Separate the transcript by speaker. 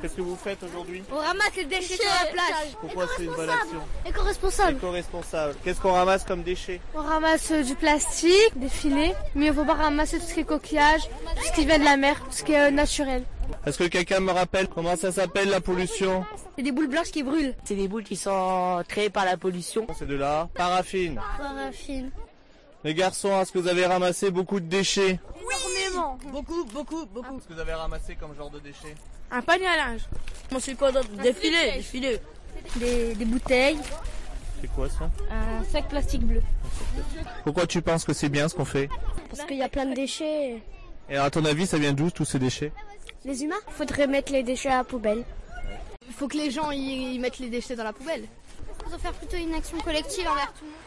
Speaker 1: Qu'est-ce que vous faites aujourd'hui
Speaker 2: On ramasse les déchets sur la plage.
Speaker 1: Pourquoi c'est une bonne action
Speaker 3: Éco-responsable.
Speaker 1: Éco-responsable. Qu'est-ce qu'on ramasse comme déchets
Speaker 3: On ramasse euh, du plastique, des filets, mais il faut pas ramasser tout ce qui est coquillage, tout ce qui vient de la mer, tout ce qui est euh, naturel.
Speaker 1: Est-ce que quelqu'un me rappelle comment ça s'appelle la pollution
Speaker 2: C'est des boules blanches qui brûlent.
Speaker 4: C'est des boules qui sont créées par la pollution.
Speaker 1: C'est de la paraffine.
Speaker 3: Paraffine.
Speaker 1: Les garçons, est-ce que vous avez ramassé beaucoup de déchets
Speaker 3: Énormément.
Speaker 4: Beaucoup, beaucoup, beaucoup.
Speaker 1: Est-ce que vous avez ramassé comme genre de déchets
Speaker 2: Un panier à linge.
Speaker 4: Moi, c'est quoi d'autre Des filets, des filets.
Speaker 2: Des, des bouteilles.
Speaker 1: C'est quoi ça
Speaker 2: Un sac plastique bleu.
Speaker 1: Pourquoi tu penses que c'est bien ce qu'on fait
Speaker 3: Parce qu'il y a plein de déchets.
Speaker 1: Et à ton avis, ça vient d'où tous ces déchets
Speaker 3: Les humains Faudrait mettre les déchets à la poubelle.
Speaker 5: Il faut que les gens y, y mettent les déchets dans la poubelle.
Speaker 6: On doit faire plutôt une action collective envers tout le monde.